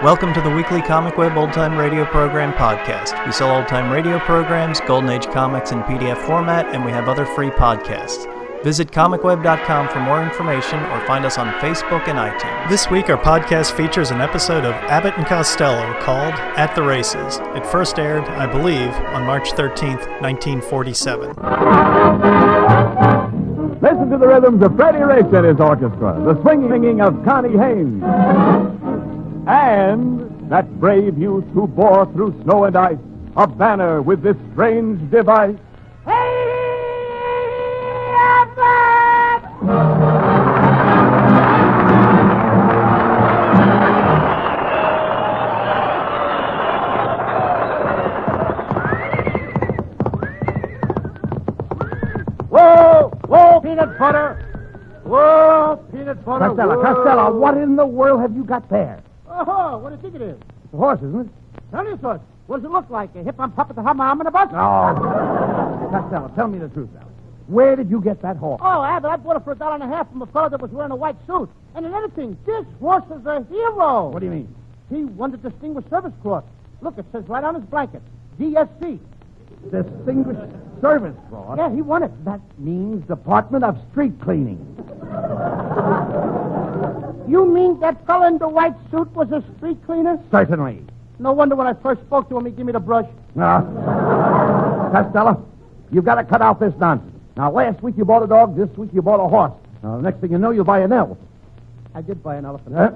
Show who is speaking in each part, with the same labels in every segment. Speaker 1: Welcome to the weekly Comic Web Old Time Radio Program podcast. We sell old time radio programs, Golden Age comics in PDF format, and we have other free podcasts. Visit comicweb.com for more information or find us on Facebook and iTunes. This week, our podcast features an episode of Abbott and Costello called At the Races. It first aired, I believe, on March 13th, 1947.
Speaker 2: Listen to the rhythms of Freddie Rich and his orchestra, the swinging of Connie Haynes, and that brave youth who bore through snow and ice a banner with this strange device. Whoa, whoa, peanut butter! Whoa, peanut butter!
Speaker 3: Costello,
Speaker 2: whoa.
Speaker 3: Costello, what in the world have you got there?
Speaker 4: Oh, what do you think it is?
Speaker 3: It's a horse, isn't it?
Speaker 4: Tell you so. What does it look like? A hip on top of the hum, arm, and a bus?
Speaker 3: Oh. Costello, tell me the truth now. Where did you get that horse?
Speaker 4: Oh, Abbott, I bought it for a dollar and a half from a fellow that was wearing a white suit. And another thing, this horse is a hero.
Speaker 3: What do you mean?
Speaker 4: He won the Distinguished Service Cross. Look, it says right on his blanket, DSC.
Speaker 3: Distinguished Service Cross?
Speaker 4: Yeah, he won it. That
Speaker 3: means Department of Street Cleaning.
Speaker 4: you mean that fellow in the white suit was a street cleaner?
Speaker 3: Certainly.
Speaker 4: No wonder when I first spoke to him, he gave me the brush.
Speaker 3: No. Costello, you've got to cut out this nonsense. Now, last week you bought a dog, this week you bought a horse. Now, the next thing you know, you buy an elf.
Speaker 4: I did buy an elephant.
Speaker 3: Huh?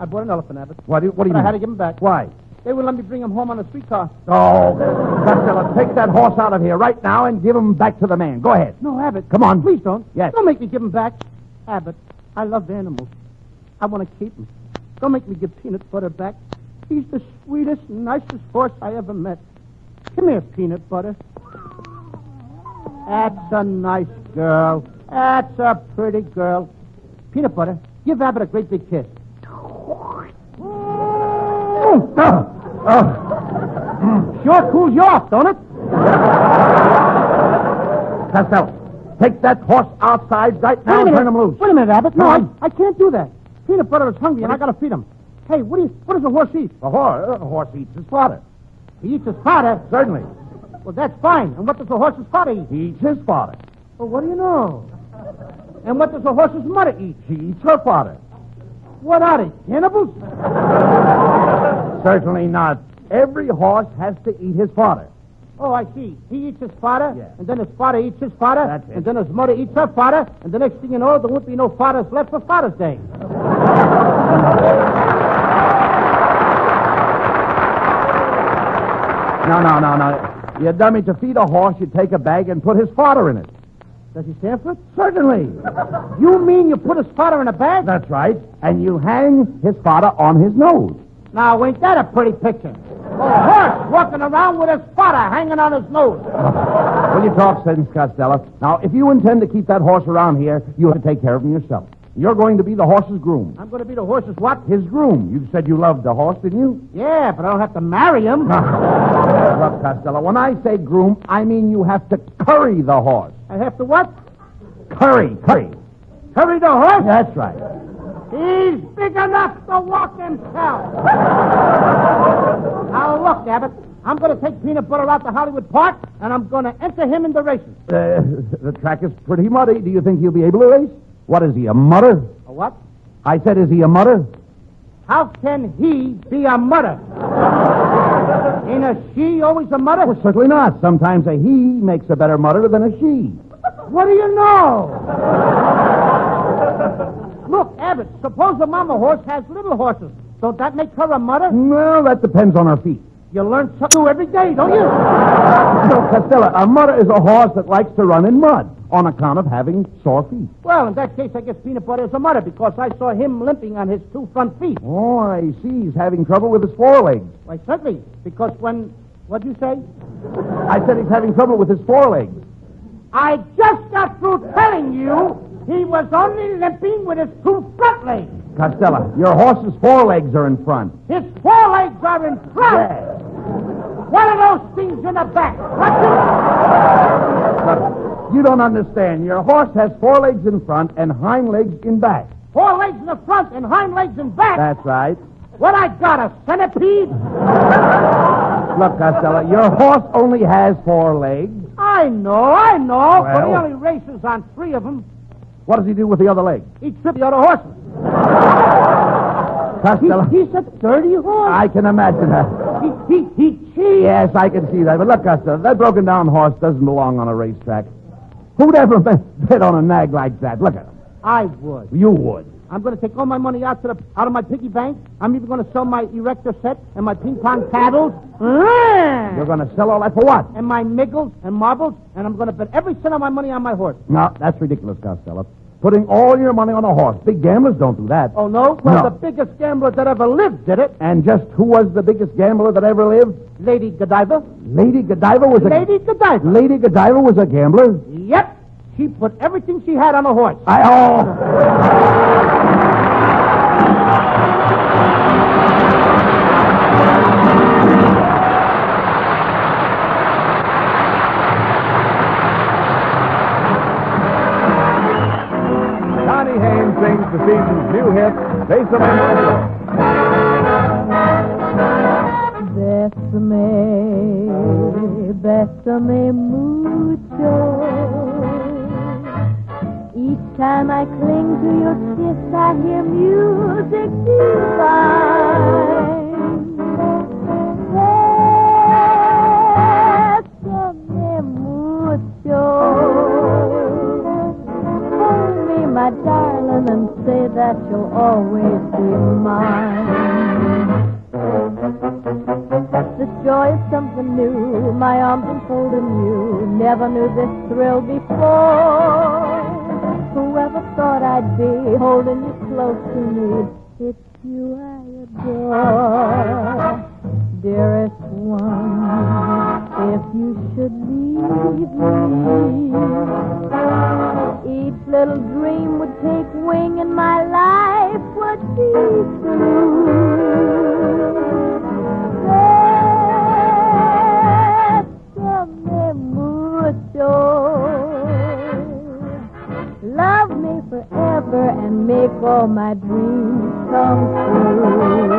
Speaker 4: I bought an elephant, Abbott.
Speaker 3: What do you, what do you
Speaker 4: But I
Speaker 3: mean?
Speaker 4: had to give him back.
Speaker 3: Why?
Speaker 4: They wouldn't let me bring him home on a streetcar.
Speaker 3: Oh, Costello, take that horse out of here right now and give him back to the man. Go ahead.
Speaker 4: No, Abbott.
Speaker 3: Come on.
Speaker 4: Please don't.
Speaker 3: Yes.
Speaker 4: Don't make me give 'em back. Abbott, I love animals. I want to keep 'em. Don't make me give Peanut Butter back. He's the sweetest, nicest horse I ever met. Come here, Peanut Butter. That's a nice girl. That's a pretty girl. Peanut Butter, give Abbott a great big kiss.
Speaker 3: Oh, oh, oh. Hmm.
Speaker 4: Sure cools you off, don't it?
Speaker 3: Costello, take that horse outside right
Speaker 4: Wait
Speaker 3: now
Speaker 4: a
Speaker 3: and
Speaker 4: minute.
Speaker 3: turn him loose.
Speaker 4: Wait a minute, Abbott. No,
Speaker 3: Come
Speaker 4: I,
Speaker 3: on.
Speaker 4: I can't do that. Peanut Butter is hungry, and I
Speaker 3: What-
Speaker 4: got to feed him. Hey, what, do you, what does a horse eat?
Speaker 3: A horse, a horse eats his fodder.
Speaker 4: He eats his fodder.
Speaker 3: Certainly.
Speaker 4: Well, that's fine. And what does the horse's father eat?
Speaker 3: He eats his fodder.
Speaker 4: Well, what do you know? And what does the horse's mother eat?
Speaker 3: She eats her fodder.
Speaker 4: What are they, cannibals?
Speaker 3: Certainly not. Every horse has to eat his fodder.
Speaker 4: Oh, I see. He eats his fodder,
Speaker 3: Yeah.
Speaker 4: and then his father eats his fodder,
Speaker 3: That's it.
Speaker 4: and then his mother eats her fodder, and the next thing you know, there won't be no fathers left for Father's Day.
Speaker 3: No, no, no, no. You dummy, to feed a horse, you take a bag and put his fodder in it.
Speaker 4: Does he stand for it?
Speaker 3: Certainly.
Speaker 4: You mean you put his fodder in a bag?
Speaker 3: That's right. And you hang his fodder on his nose.
Speaker 4: Now, ain't that a pretty picture? A horse walking around with his fodder hanging on his nose.
Speaker 3: Will you talk sense, Costello? Now, if you intend to keep that horse around here, you have to take care of him yourself. You're going to be the horse's groom.
Speaker 4: I'm going to be the horse's what?
Speaker 3: His groom. You said you loved the horse, didn't you?
Speaker 4: Yeah, but I don't have to marry him.
Speaker 3: Look, Costello, when I say groom, I mean you have to curry the horse.
Speaker 4: I have to what?
Speaker 3: Curry, curry.
Speaker 4: Hurry the horse?
Speaker 3: That's right.
Speaker 4: He's big enough to walk himself. now, look, Abbott. I'm going to take Peanut Butter out to Hollywood Park, and I'm going to enter him in the races.
Speaker 3: Uh, the track is pretty muddy. Do you think he'll be able to race? What is he, a mutter?
Speaker 4: A what?
Speaker 3: I said, is he a mutter?
Speaker 4: How can he be a mother? Ain't a she always a mother?
Speaker 3: Well, Oh, certainly not. Sometimes a he makes a better mutter than a she.
Speaker 4: What do you know? look, Abbott, suppose a mama horse has little horses. Don't that make her a mother?
Speaker 3: Well, that depends on her feet.
Speaker 4: You learn something new every day, don't you?
Speaker 3: No, Costello, a mutter is a horse that likes to run in mud on account of having sore feet.
Speaker 4: Well, in that case, I guess Peanut Butter is a mother because I saw him limping on his two front feet.
Speaker 3: Oh, I see. He's having trouble with his forelegs.
Speaker 4: Why, certainly, because when. What'd you say?
Speaker 3: I said he's having trouble with his forelegs.
Speaker 4: I just got through telling you he was only limping with his two front legs.
Speaker 3: Costello, your horse's forelegs are in front.
Speaker 4: His forelegs are in front. One of those things in the back. What's
Speaker 3: Look, you don't understand. Your horse has forelegs in front and hind legs in back.
Speaker 4: it? Four legs in the front and hind legs in back.
Speaker 3: That's right. What I got, a centipede? Look, Costello, your horse only has four legs.
Speaker 4: I know, I know. but he
Speaker 3: Well.
Speaker 4: only races on three of them.
Speaker 3: What does he do with the other leg?
Speaker 4: He tripped the other horses.
Speaker 3: Costello,
Speaker 4: He, he's a dirty horse.
Speaker 3: I can imagine that.
Speaker 4: He, he, he cheats.
Speaker 3: Yes, I can see that. But look, Costello, that broken down horse doesn't belong on a racetrack. Who'd ever bet bet on a nag like that? Look at him.
Speaker 4: I would.
Speaker 3: You would.
Speaker 4: I'm going to take all my money out to the, out of my piggy bank. I'm even going to sell my erector set and my ping pong paddles.
Speaker 3: You're going to sell all that for what?
Speaker 4: And my nickels and marbles, and I'm going to bet every cent of my money on my horse.
Speaker 3: No, that's ridiculous, Costello. Putting all your money on a horse. Big gamblers don't do that.
Speaker 4: Oh no? Well,
Speaker 3: No.
Speaker 4: the biggest gambler that ever lived did it.
Speaker 3: And just who was the biggest gambler that ever lived?
Speaker 4: Lady Godiva.
Speaker 3: Lady Godiva was a
Speaker 4: Lady Godiva.
Speaker 3: Lady Godiva was a gambler.
Speaker 4: Yep. She put everything she had on a horse.
Speaker 3: I oh.
Speaker 2: Johnny Haynes sings the season's new hit, Basement.
Speaker 5: Bésame, bésame mucho. Each time I cling to your kiss, I hear music divine. Bésame mucho. Hold me, my darling, and say that you'll always be mine. The joy is something new. My arms enfolding you. Never knew this thrill before. Whoever thought I'd be holding you close to me, it's you I adore. Dearest one, if you should leave me, each little dream would take wing and my life would be through. Bésame mucho. Love me forever and make all my dreams come true.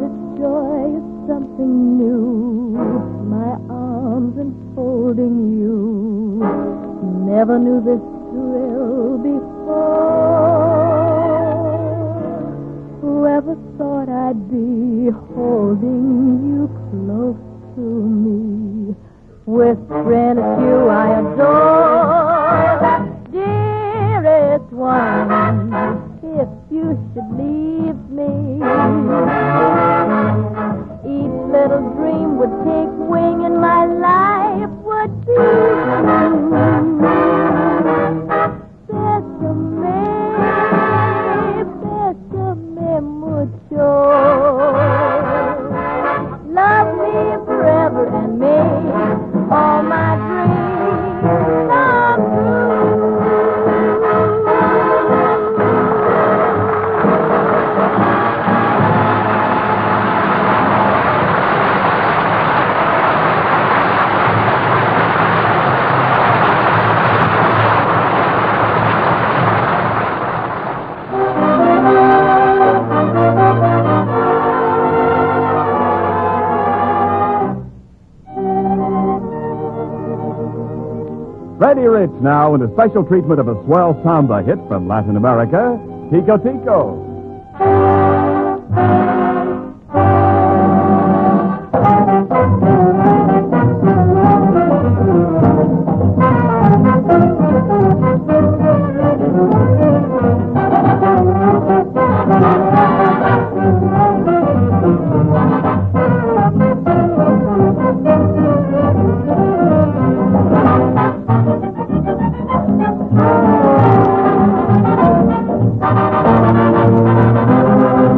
Speaker 5: The joy is something new. My arms enfolding you. Never knew this thrill before. Whoever thought I'd be holding you close to me, whispering it's you I adore, dearest one. If you should leave me, each little dream would take wing, and my life would be true. Bésame, bésame mucho. Love me forever and make all my dreams come true.
Speaker 2: Freddie Rich now in a special treatment of a swell samba hit from Latin America, Tico Tico.
Speaker 5: Bésame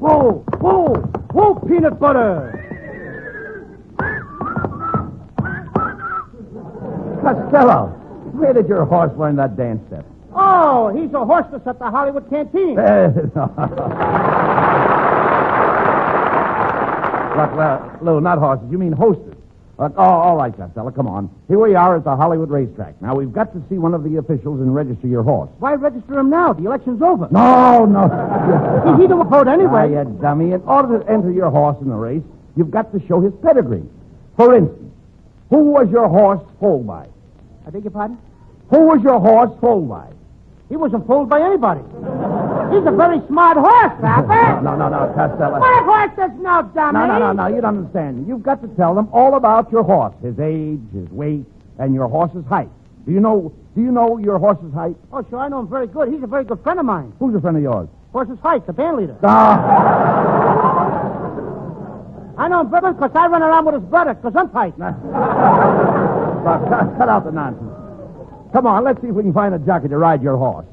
Speaker 6: Whoa, whoa, whoa, peanut butter!
Speaker 3: Costello, where did your horse learn that dance step?
Speaker 6: Oh, he's a horseless at the Hollywood canteen.
Speaker 3: Eh, no. Look, Lou- Lou, not horses. You mean hostess. Look, oh, all right, Costello, come on. Here we are at the Hollywood racetrack. Now, we've got to see one of the officials and register your horse.
Speaker 6: Why register him now? The election's over.
Speaker 3: No, no.
Speaker 6: He, he don't vote
Speaker 3: Why,
Speaker 6: anyway.
Speaker 3: you dummy. In order to enter your horse in the race, you've got to show his pedigree. For instance, who was your horse foaled by?
Speaker 6: I beg your pardon?
Speaker 3: Who was your horse foaled by?
Speaker 6: He wasn't fooled by anybody. He's a very smart horse, Papa.
Speaker 3: No, no, no, Costello.
Speaker 6: What a horse does no dummy.
Speaker 3: No, no, no, no. You don't understand. You've got to tell them all about your horse, his age, his weight, and your horse's height. Do you know? Do you know your horse's height?
Speaker 6: Oh, sure, I know him very good. He's a very good friend of mine.
Speaker 3: Who's a friend of yours?
Speaker 6: Horse's Height, the band leader.
Speaker 3: Ah,
Speaker 6: I know him better because I run around with his brother, Gesundheit.
Speaker 3: well, cut, cut out the nonsense. Come on, let's see if we can find a jockey to ride your horse.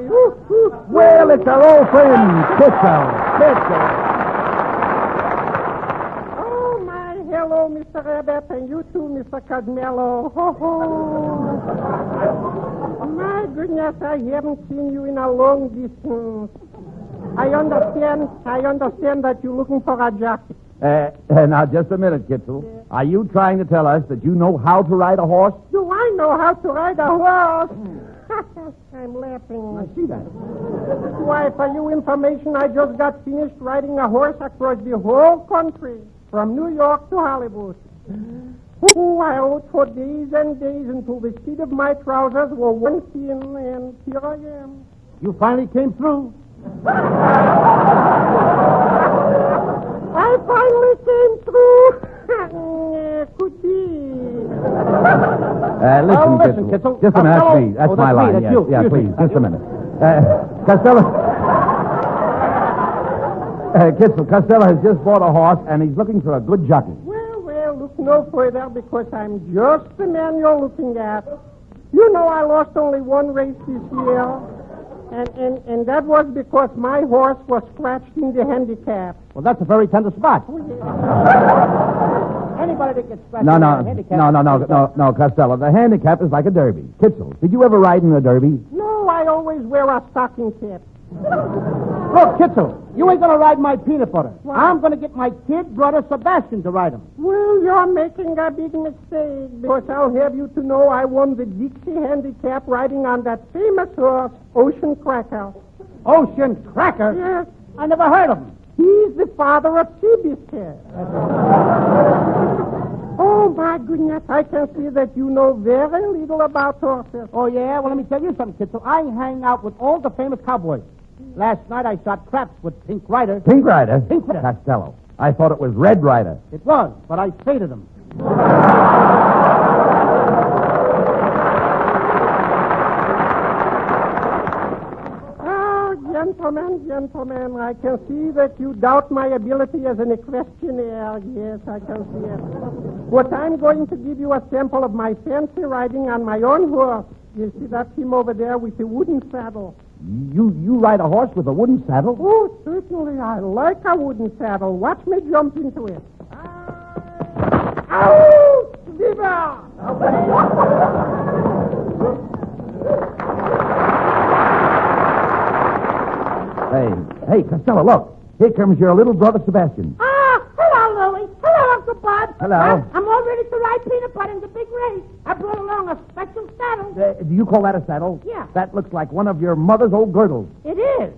Speaker 3: Well, it's our old friend Kitzel. Kitzel.
Speaker 6: Oh, my, hello, Mr. Abbott, and you too, Mr. Cadmello. Ho, ho. my goodness, I haven't seen you in a long distance. I understand, I understand that you're looking for a jockey.
Speaker 3: Uh, now, just a minute, Kitzel. Are you trying to tell us that you know how to ride a horse?
Speaker 6: Do I know how to ride a horse? I'm laughing.
Speaker 3: see that.
Speaker 6: Why, for you information, I just got finished riding a horse across the whole country, from New York to Hollywood. Ooh, I rode for days and days until the seat of my trousers were one thin, and here I am.
Speaker 3: You finally came through.
Speaker 6: I finally came through. Eh, Could be.
Speaker 3: Uh, listen,
Speaker 6: Oh, listen, Kitzel.
Speaker 3: Just a minute. That's
Speaker 6: Costello-
Speaker 3: me. That's
Speaker 6: Oh,
Speaker 3: my
Speaker 6: that's me.
Speaker 3: line.
Speaker 6: That's
Speaker 3: yeah,
Speaker 6: you.
Speaker 3: yeah
Speaker 6: Excuse
Speaker 3: please.
Speaker 6: me.
Speaker 3: Just a minute. Uh, Costello. Uh, Kitzel, Costello has just bought a horse and he's looking for a good jockey.
Speaker 6: Well, well, look no further because I'm just the man you're looking at. You know I lost only one race this year, and, and, and that was because my horse was scratched in the handicap.
Speaker 3: Well, that's a very tender spot.
Speaker 6: Anybody that gets scratched
Speaker 3: No, no, no, no, no, no, no, Costello. The handicap is like a derby. Kitzel, did you ever ride in a derby?
Speaker 6: No, I always wear a stocking cap.
Speaker 3: Look, Kitzel, you ain't going to ride my peanut butter.
Speaker 6: I'm
Speaker 3: going to get my kid brother Sebastian to ride him.
Speaker 6: Well, you're making a big mistake because I'll have you to know I won the Dixie handicap riding on that famous horse, Ocean Cracker.
Speaker 3: Ocean Cracker.
Speaker 6: Yes,
Speaker 3: I never heard of him.
Speaker 6: He's the father of Seabiscuit. oh, my goodness, I can see that you know very little about horses.
Speaker 3: Oh, yeah? Well, let me tell you something, Kitzel. I hang out with all the famous cowboys. Last night I shot craps with Pink Rider. Pink Rider? Pink Rider. Costello. I thought it was Red Rider.
Speaker 6: It was, but I faded him. Oh, Gentlemen, gentlemen, I can see that you doubt my ability as an equestrian. Yes, I can see it. But I'm going to give you a sample of my fancy riding on my own horse. You see that him over there with the wooden saddle.
Speaker 3: You you ride a horse with a wooden saddle?
Speaker 6: Oh, certainly, I like a wooden saddle. Watch me jump into it. Ah! Ow! Viva!
Speaker 3: Hey, hey, Costello, look. Here comes your little brother Sebastian.
Speaker 5: Ah, hello, Louie. Hello, Uncle Bob.
Speaker 3: Hello.
Speaker 5: I'm, I'm all ready to ride peanut butter in the big race. I brought along a special saddle.
Speaker 3: Uh, do you call that a saddle?
Speaker 5: Yeah.
Speaker 3: That looks like one of your mother's old girdles.
Speaker 5: It is.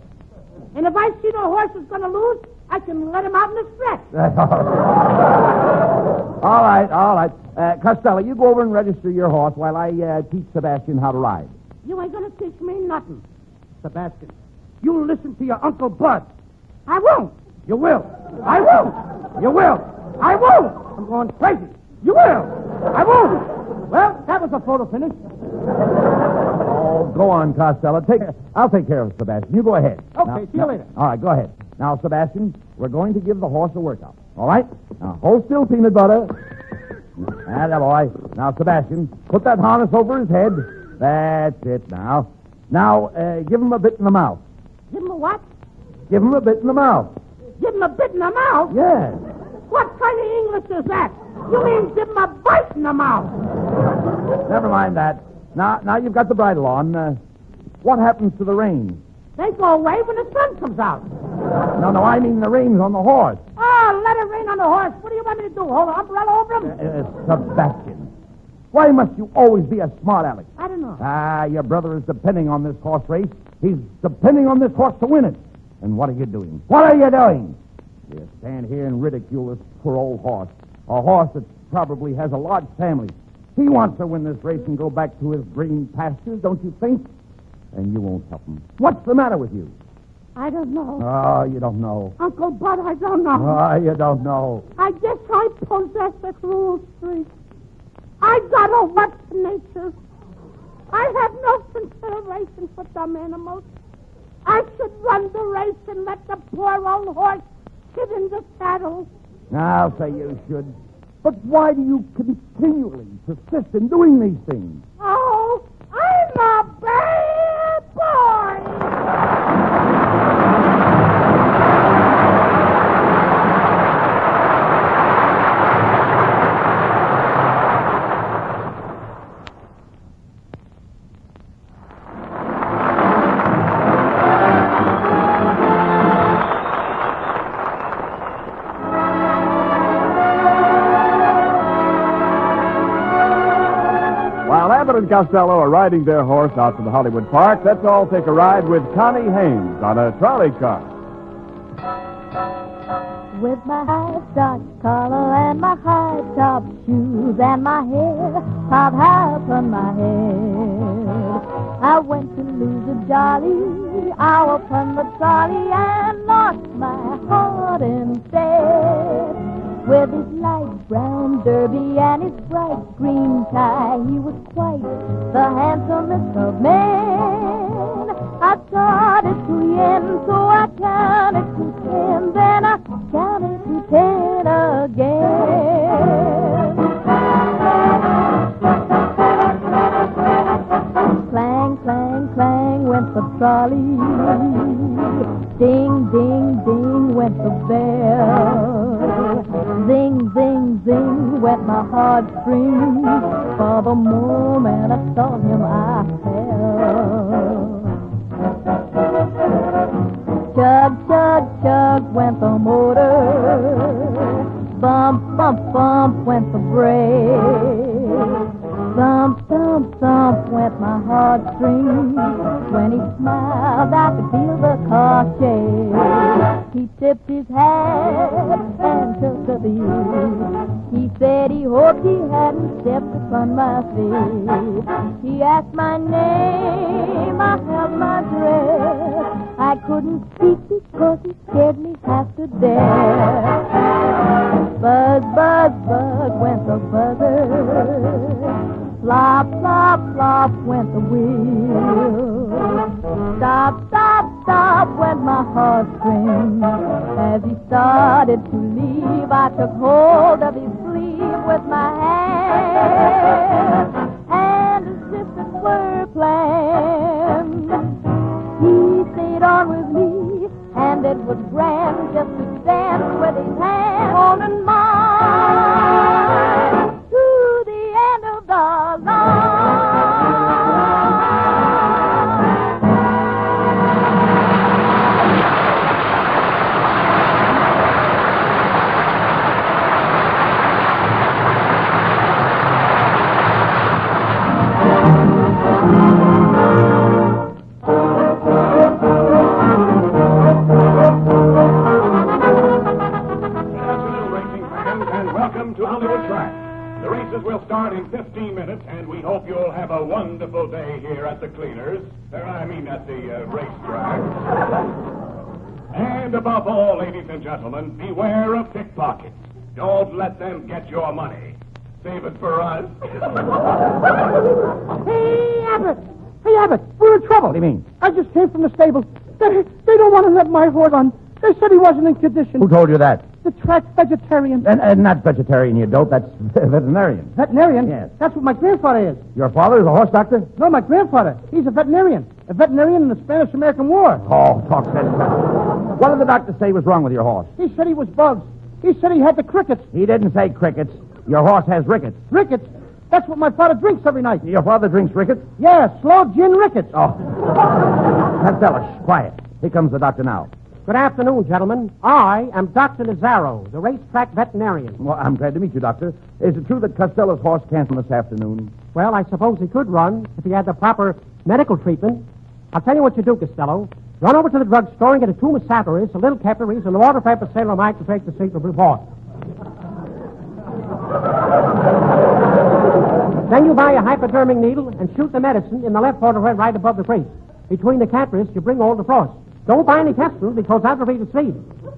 Speaker 5: And if I see the horse is going to lose, I can let him out in a stretch.
Speaker 3: all right, all right. Uh, Costello, you go over and register your horse while I uh, teach Sebastian how to ride.
Speaker 5: You ain't going to teach me nothing.
Speaker 6: Sebastian, you listen to your Uncle Bud.
Speaker 5: I won't.
Speaker 6: You will. I will. You will. I will. I'm going crazy. You will. I will. Well, that was a photo finish.
Speaker 3: Oh, go on, Costello. Take, I'll take care of Sebastian. You go ahead.
Speaker 6: Okay,
Speaker 3: Now-
Speaker 6: see you
Speaker 3: now-
Speaker 6: later.
Speaker 3: All right, go ahead. Now, Sebastian, we're going to give the horse a workout. All right? Now, hold still, peanut butter. Ah, that boy. Now, Sebastian, put that harness over his head. That's it now. Now, uh, give him a bit in the mouth.
Speaker 7: Give him a what?
Speaker 3: Give him a bit in the mouth.
Speaker 7: Give him a bit in the mouth?
Speaker 3: Yes.
Speaker 7: What kind of English is that? You mean give him a bite in the mouth?
Speaker 3: Never mind that. Now, now you've got the bridle on. Uh, what happens to the reins?
Speaker 7: They go away when the sun comes out.
Speaker 3: No, no, I mean the reins on the horse.
Speaker 7: Oh, let it rain on the horse. What do you want me to do? Hold an umbrella over him?
Speaker 3: Uh, Sebastian, why must you always be a smart aleck?
Speaker 7: I don't know.
Speaker 3: Ah, your brother is depending on this horse race. He's depending on this horse to win it. And what are you doing? What are you doing? You stand here and ridicule this poor old horse. A horse that probably has a large family. He wants to win this race and go back to his green pastures, don't you think? And you won't help him. What's the matter with you?
Speaker 7: I don't know.
Speaker 3: Oh, you don't know.
Speaker 7: Uncle Bud, I don't know.
Speaker 3: Oh, you don't know.
Speaker 7: I guess I possess a cruel streak. I got a what's nature. I have no consideration for dumb animals. I should run the race and let the poor old horse sit in the saddle.
Speaker 3: I'll say you should. But why do you continually persist in doing these things?
Speaker 7: Oh, I'm a bad boy.
Speaker 2: While Abbott and Costello are riding their horse out to the Hollywood Park, let's all take a ride with Connie Haynes on a trolley car.
Speaker 5: With my high starch collar and my high top shoes and my hair piled high upon my head, I went to lose a jolly hour upon the trolley and lost my heart instead. With his light brown derby and his bright green tie, he was quite the handsomest of men. I started to yen, so I counted to ten, then I counted to ten again. Clang, clang, clang went the trolley. Ding, ding, ding went the bell. Zing, zing, zing went my heartstrings. For the moment I saw him, I fell. Chug, chug, chug went the motor. Bump, bump, bump went the brake. Thump, thump, thump went my heartstrings. When he smiled, I could feel the car shake. He tipped his hat and took a beat. He said he hoped he hadn't stepped upon my feet. He asked my name, I held my breath. I couldn't speak because he scared me half to death. Buzz, buzz, buzz went the buzzer. Flop, flop, flop went the wheel. Stop, stop, stop went my heartstrings. As he started to leave, I took hold of his sleeve with my hand. And as if it were planned. He stayed on with me, and it was grand just to dance with his hand on and mine to the end of the line.
Speaker 8: Afternoon, racing fans, and welcome to Hollywood Track. The races will start in 15 minutes, and we hope you'll have a wonderful day here at the cleaners. Or, I mean, at the uh, racetrack. and above all, ladies and gentlemen, beware of pickpockets. Don't let them get your money. Save it for us.
Speaker 4: Hey, Abbott! Hey, Abbott! We're in trouble.
Speaker 3: What do you mean?
Speaker 4: I just came from the stable. They, they don't want to let my horse on. They said he wasn't in condition.
Speaker 3: Who told you that?
Speaker 4: The track vegetarian.
Speaker 3: And, and not vegetarian, you dope. That's veterinarian.
Speaker 4: Veterinarian?
Speaker 3: Yes.
Speaker 4: That's what my grandfather is.
Speaker 3: Your father is a horse doctor?
Speaker 4: No, my grandfather. He's a veterinarian. a veterinarian in the Spanish American War.
Speaker 3: Oh, talk sense. Doc. What did the doctor say was wrong with your horse?
Speaker 4: He said he was bugs. He said he had the crickets.
Speaker 3: He didn't say crickets. Your horse has rickets.
Speaker 4: Rickets? That's what my father drinks every night.
Speaker 3: Your father drinks rickets?
Speaker 4: Yeah, slow gin rickets.
Speaker 3: Oh. Costello, shh, quiet. Here comes the doctor now.
Speaker 4: Good afternoon, gentlemen. I am Dr. Lazaro, the racetrack veterinarian.
Speaker 3: Well, I'm glad to meet you, Doctor. Is it true that Costello's horse canceled this afternoon?
Speaker 4: Well, I suppose he could run if he had the proper medical treatment. I'll tell you what you do, Costello. Run over to the drugstore and get a tube of saccharis, a little capillaries, and a water paper salamide to take the secret report. then you buy a hypodermic needle and shoot the medicine in the left vertebrae right above the crease. Between the capillaries, you bring all the frost. Don't buy any capsules because that'll be the seed.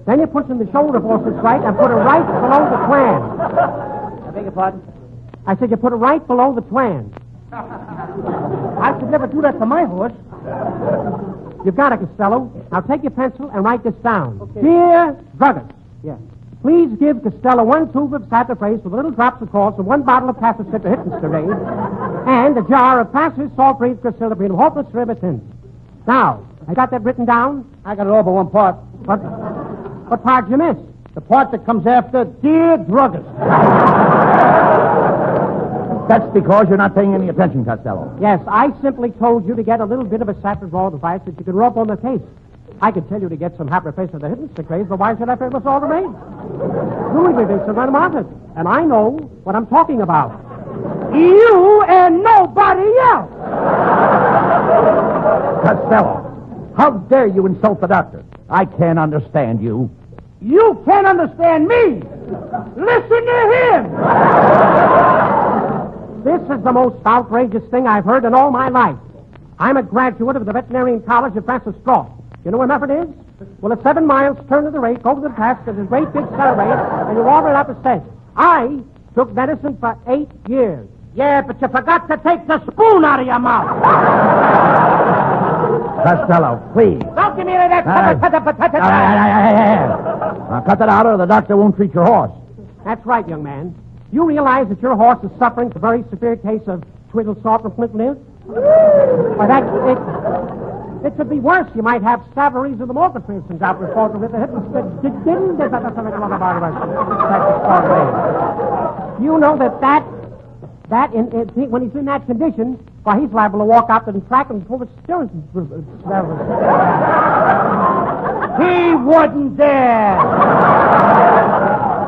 Speaker 4: Then you put in the shoulder forces right and put it right below the twan.
Speaker 6: I beg your pardon?
Speaker 4: I said you put it right below the twan. I could never do that for my horse. You've got it, Costello. Now take your pencil and write this down. Dear druggist. Yes. Please give Costello one tube of sapraphrase with little drops of quartz and one bottle of pacificahitinsterase and a jar of passes sulfate chrysilipine hopeless ribotin. Now, I got that written down? I got it all but one part. What, what part you miss? The part that comes after Dear Druggist.
Speaker 3: That's because you're not paying any attention, Costello.
Speaker 4: Yes, I simply told you to get a little bit of a saprobol device that you can rub on the case. I could tell you to get some haprophase of the hidden craze, but why should I pay for all the made? Louis me Vincent, I'm honest, and I know what I'm talking about. You and nobody else!
Speaker 3: Costello, how dare you insult the doctor? I can't understand you.
Speaker 4: You can't understand me! Listen to him! This is the most outrageous thing I've heard in all my life. I'm a graduate of the Veterinarian College at Francis Straw. You know where Mefford is? Well, it's seven miles, turn to the right, over the pass, there's a great big celebrate, and you water it up a cent. I took medicine for eight years. Yeah, but you forgot to take the spoon out of your mouth.
Speaker 3: Costello, please. Ah,
Speaker 4: Don't give me any of
Speaker 3: Aye.
Speaker 4: that.
Speaker 3: Now, cut that out or the doctor won't treat your horse.
Speaker 4: That's right, young man. You realize that your horse is suffering from a very severe case of twiddle salt and flint nib? Why, that, it, it could be worse. You might have Savaries of the Morgan since out reported with the hypnosis. You know that that, that in, in, when he's in that condition, why, he's liable to walk out to the track and pull the steering. He wouldn't dare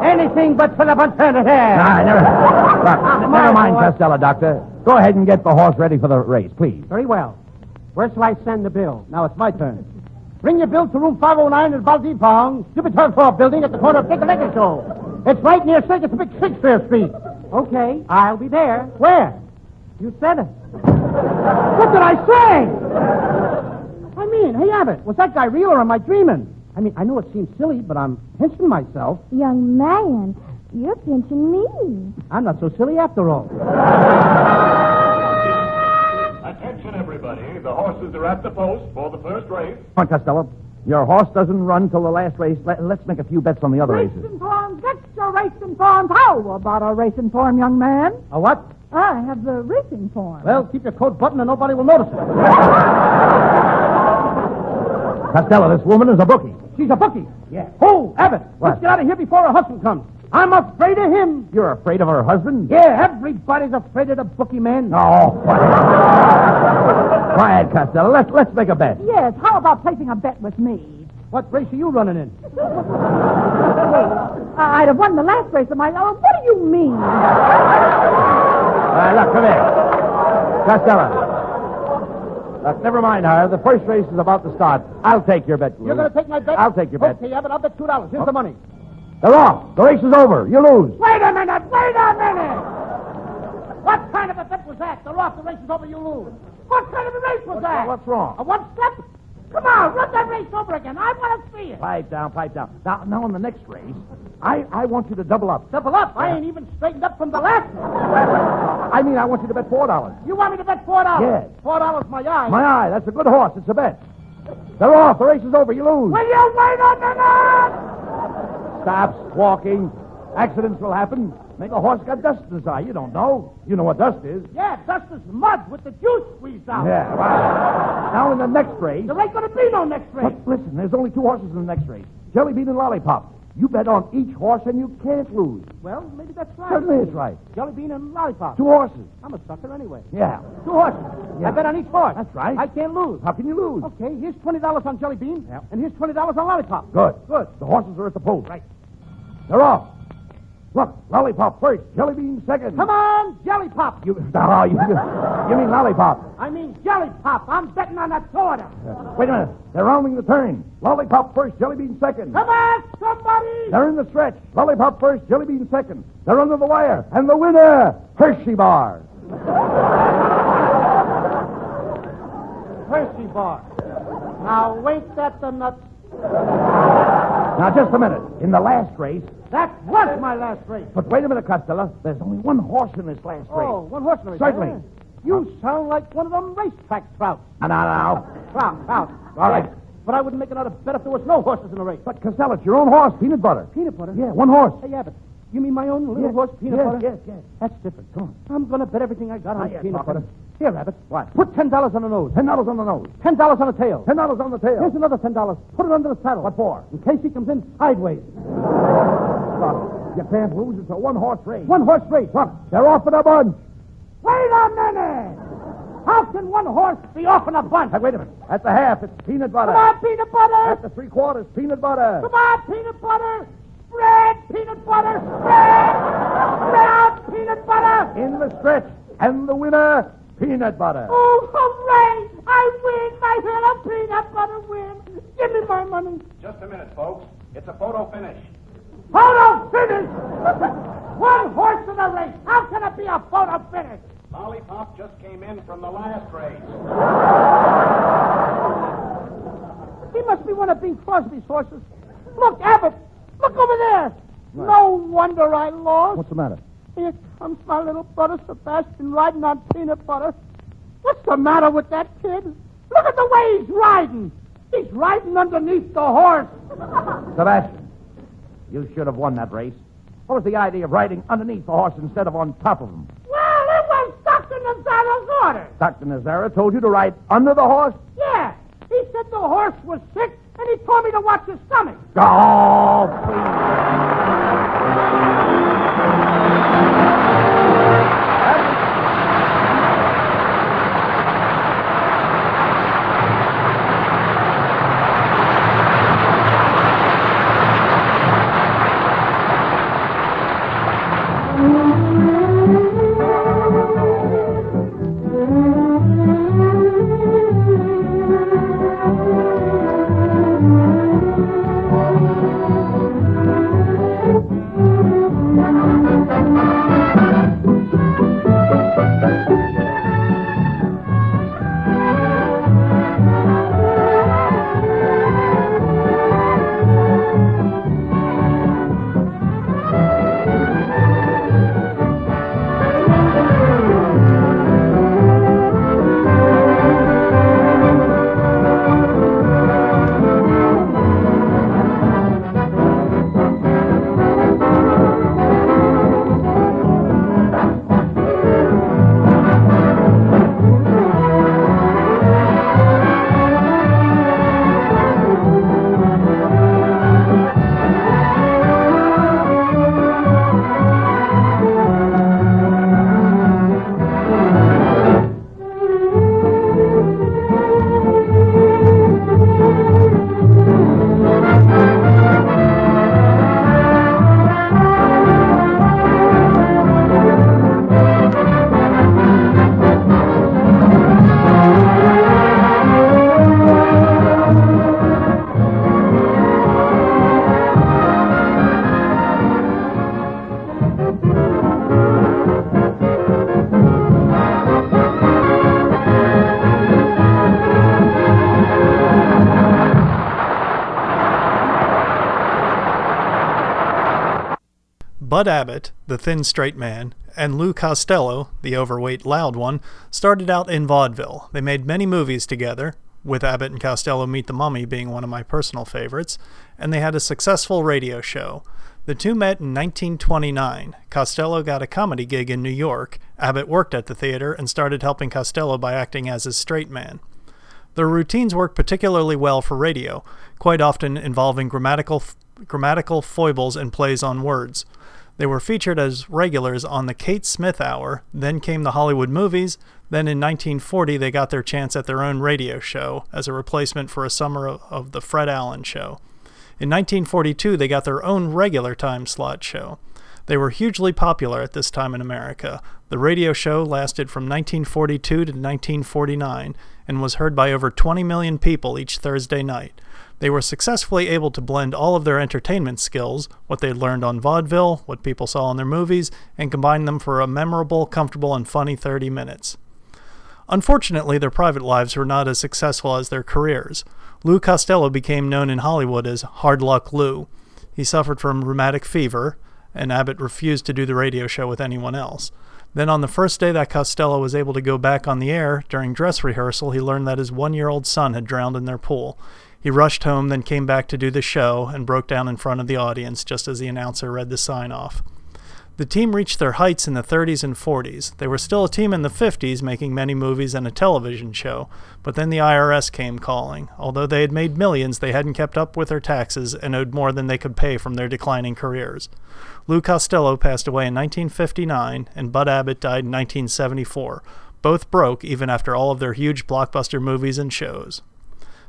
Speaker 4: anything but for the paternity.
Speaker 3: Nah, Ah, never, Look,
Speaker 4: My
Speaker 3: never mind,
Speaker 4: horse.
Speaker 3: Costello, doctor. Go ahead and get the horse ready for the race, please.
Speaker 4: Very well. Where shall I send the bill? Now it's my turn. Bring your bill to room 509 in Baldy Pong, Jupiter 4 building at the corner of Piccadilly and Show. It's right near Circus Big Shakespeare Street. Okay, I'll be there. Where? You said it. what did I say? I mean, hey, Abbott, was that guy real or am I dreaming? I mean, I know it seems silly, but I'm pinching myself.
Speaker 7: Young man, you're pinching me.
Speaker 4: I'm not so silly after all.
Speaker 8: Attention, everybody. The horses are at the post for the first race.
Speaker 3: Come on, Costello. Your horse doesn't run till the last race. Let, us make a few bets on the other races.
Speaker 7: Racing forms, extra racing forms. How about a racing form, young man?
Speaker 4: A what?
Speaker 7: I have the racing form.
Speaker 4: Well, keep your coat buttoned and nobody will notice it.
Speaker 3: Costello, this woman is a bookie.
Speaker 4: She's a bookie. Yeah. Who? Abbott.
Speaker 3: What?
Speaker 4: Let's get out of here before her husband comes. I'm afraid of him.
Speaker 3: You're afraid of her husband?
Speaker 4: Yeah, everybody's afraid of the bookie man.
Speaker 3: Oh, quiet. quiet, Costello. Let's, let's make a bet.
Speaker 7: Yes, how about placing a bet with me?
Speaker 4: What race are you running in?
Speaker 7: I- I'd have won the last race of my. Oh, what do you mean?
Speaker 3: All right, Uh, look, come here. Costello. Look, never mind her. The first race is about to start. I'll take your bet, Lou.
Speaker 4: You're going to take my bet?
Speaker 3: I'll take your bet. Oh.
Speaker 4: Okay, Abbott, I'll bet two dollars. Here's the money.
Speaker 3: They're off. The race is over. You lose.
Speaker 4: Wait a minute! Wait a minute! What kind of a bet was that? They're off. The race is over. You lose. What kind of a race was that?
Speaker 3: what's wrong?
Speaker 4: A one step? Come on, run that race over again. I want to see it.
Speaker 3: Pipe down, pipe down. Now, now in the next race, I, I want you to double up.
Speaker 4: Double up. I ain't even straightened up from the last one.
Speaker 3: I mean, I want you to bet four dollars.
Speaker 4: You want me to bet four dollars?
Speaker 3: Yes.
Speaker 4: Four dollars my eye.
Speaker 3: My eye, that's a good horse. It's a bet. They're off. The race is over. You lose.
Speaker 4: Will you wait a minute?
Speaker 3: Stop walking. Accidents will happen. Make a horse got dust in his eye. You don't know. You know what dust is.
Speaker 6: Yeah, dust is mud with the juice squeezed out.
Speaker 3: Yeah, right. Now in the next race.
Speaker 6: There ain't gonna be no next race.
Speaker 3: But listen, there's only two horses in the next race Jelly Bean and Lollipop. You bet on each horse and you can't lose.
Speaker 6: Well, maybe that's right.
Speaker 3: Certainly it's right.
Speaker 6: Jelly bean and lollipop.
Speaker 3: Two horses.
Speaker 6: I'm a sucker anyway.
Speaker 3: Yeah.
Speaker 6: Two horses.
Speaker 3: Yeah.
Speaker 6: I bet on each horse.
Speaker 3: That's right.
Speaker 6: I can't lose.
Speaker 3: How can you lose?
Speaker 6: Okay, here's twenty dollars on jelly bean,
Speaker 3: Yeah.
Speaker 6: and here's twenty dollars on lollipop.
Speaker 3: Good. Good. The horses are at the post. Right. They're off. Look, Lollipop first, Jelly Bean second.
Speaker 6: Come on, jelly pop.
Speaker 3: You, no, you, you mean Lollipop. Uh,
Speaker 6: I mean jelly pop. I'm betting on that soda.
Speaker 3: Wait a minute. They're rounding the turn. Lollipop first, Jelly Bean second.
Speaker 6: Come on, somebody.
Speaker 3: They're in the stretch. Lollipop first, Jelly Bean second. They're under the wire. And the winner, Hershey Bar.
Speaker 6: Hershey bar. Now ain't that the nuts?
Speaker 3: Now, just a minute. In the last race.
Speaker 6: That was my last race.
Speaker 3: But wait a minute, Costello. There's only one horse in this last
Speaker 6: Oh,
Speaker 3: race.
Speaker 6: one horse in the race.
Speaker 3: Certainly.
Speaker 6: Yeah. You sound like one of them racetrack trouts.
Speaker 3: Now, now, now.
Speaker 6: Trout, trout.
Speaker 3: All right.
Speaker 6: But I wouldn't make another bet if there was no horses in the race.
Speaker 3: But, Costello, it's your own horse, Peanut Butter.
Speaker 6: Peanut butter?
Speaker 3: Yeah, one horse.
Speaker 6: Hey, Abbott, you mean my own little
Speaker 3: Yes,
Speaker 6: horse peanut
Speaker 3: yes,
Speaker 6: butter?
Speaker 3: yes, yes.
Speaker 6: That's different. Come on. I'm going to bet everything I got on
Speaker 3: yet,
Speaker 6: peanut
Speaker 3: Parker.
Speaker 6: butter. Here, Abbott.
Speaker 3: What?
Speaker 6: Put $10 on the nose.
Speaker 3: Ten dollars on the nose.
Speaker 6: $10 on the tail.
Speaker 3: Ten dollars on the tail.
Speaker 6: Here's another $10. Put it under the saddle. What
Speaker 3: for?
Speaker 6: In case he comes in sideways.
Speaker 3: You can't lose. It's a one horse race.
Speaker 6: One horse race. What?
Speaker 3: They're off in a bunch.
Speaker 6: Wait a minute! How can one horse be off in a bunch?
Speaker 3: Hey, wait a minute. At the half, it's peanut butter.
Speaker 6: Come on, peanut butter!
Speaker 3: At the three quarters, peanut butter.
Speaker 6: Come on, peanut butter! Spread, peanut butter! Spread! Spread out, peanut butter!
Speaker 3: In the stretch. And the winner, peanut butter.
Speaker 7: Oh, hooray! I win! I had a peanut butter win! Give me my money.
Speaker 8: Just a minute, folks. It's a photo finish.
Speaker 6: Photo finish! One horse in the race. How can it be a photo finish?
Speaker 8: Lollipop just came in from the last race.
Speaker 6: He must be one of Bing Crosby's horses. Look, Abbott. Look over there. No wonder I lost.
Speaker 3: What's the matter?
Speaker 6: Here comes my little brother Sebastian riding on peanut butter. What's the matter with that kid? Look at the way he's riding. He's riding underneath the horse.
Speaker 3: Sebastian, you should have won that race. What was the idea of riding underneath the horse instead of on top of him?
Speaker 6: Well, it was stuck in the saddle's order.
Speaker 3: Dr. Nazara told you to ride under the horse?
Speaker 6: Yeah. He said the horse was sick, and he told me to watch his stomach.
Speaker 3: Oh, please.
Speaker 1: Bud Abbott, the thin straight man, and Lou Costello, the overweight loud one, started out in vaudeville. They made many movies together, with Abbott and Costello Meet the Mummy being one of my personal favorites, and they had a successful radio show. The two met in 1929. Costello got a comedy gig in New York. Abbott worked at the theater and started helping Costello by acting as his straight man. Their routines work particularly well for radio, quite often involving grammatical, grammatical foibles and plays on words. They were featured as regulars on the Kate Smith Hour, then came the Hollywood movies, then in 1940 they got their chance at their own radio show as a replacement for a summer of- of the Fred Allen show. In 1942, they got their own regular time slot show. They were hugely popular at this time in America. The radio show lasted from 1942 to 1949 and was heard by over 20 million people each Thursday night. They were successfully able to blend all of their entertainment skills, what they learned on vaudeville, what people saw in their movies, and combine them for a memorable, comfortable, and funny 30 minutes. Unfortunately, their private lives were not as successful as their careers. Lou Costello became known in Hollywood as Hard Luck Lou. He suffered from rheumatic fever, and Abbott refused to do the radio show with anyone else. Then, on the first day that Costello was able to go back on the air, during dress rehearsal, he learned that his one year old son had drowned in their pool. He rushed home, then came back to do the show, and broke down in front of the audience just as the announcer read the sign off. The team reached their heights in the 30s and 40s. They were still a team in the 50s, making many movies and a television show, but then the IRS came calling. Although they had made millions, they hadn't kept up with their taxes and owed more than they could pay from their declining careers. Lou Costello passed away in 1959, and Bud Abbott died in 1974. Both broke even after all of their huge blockbuster movies and shows.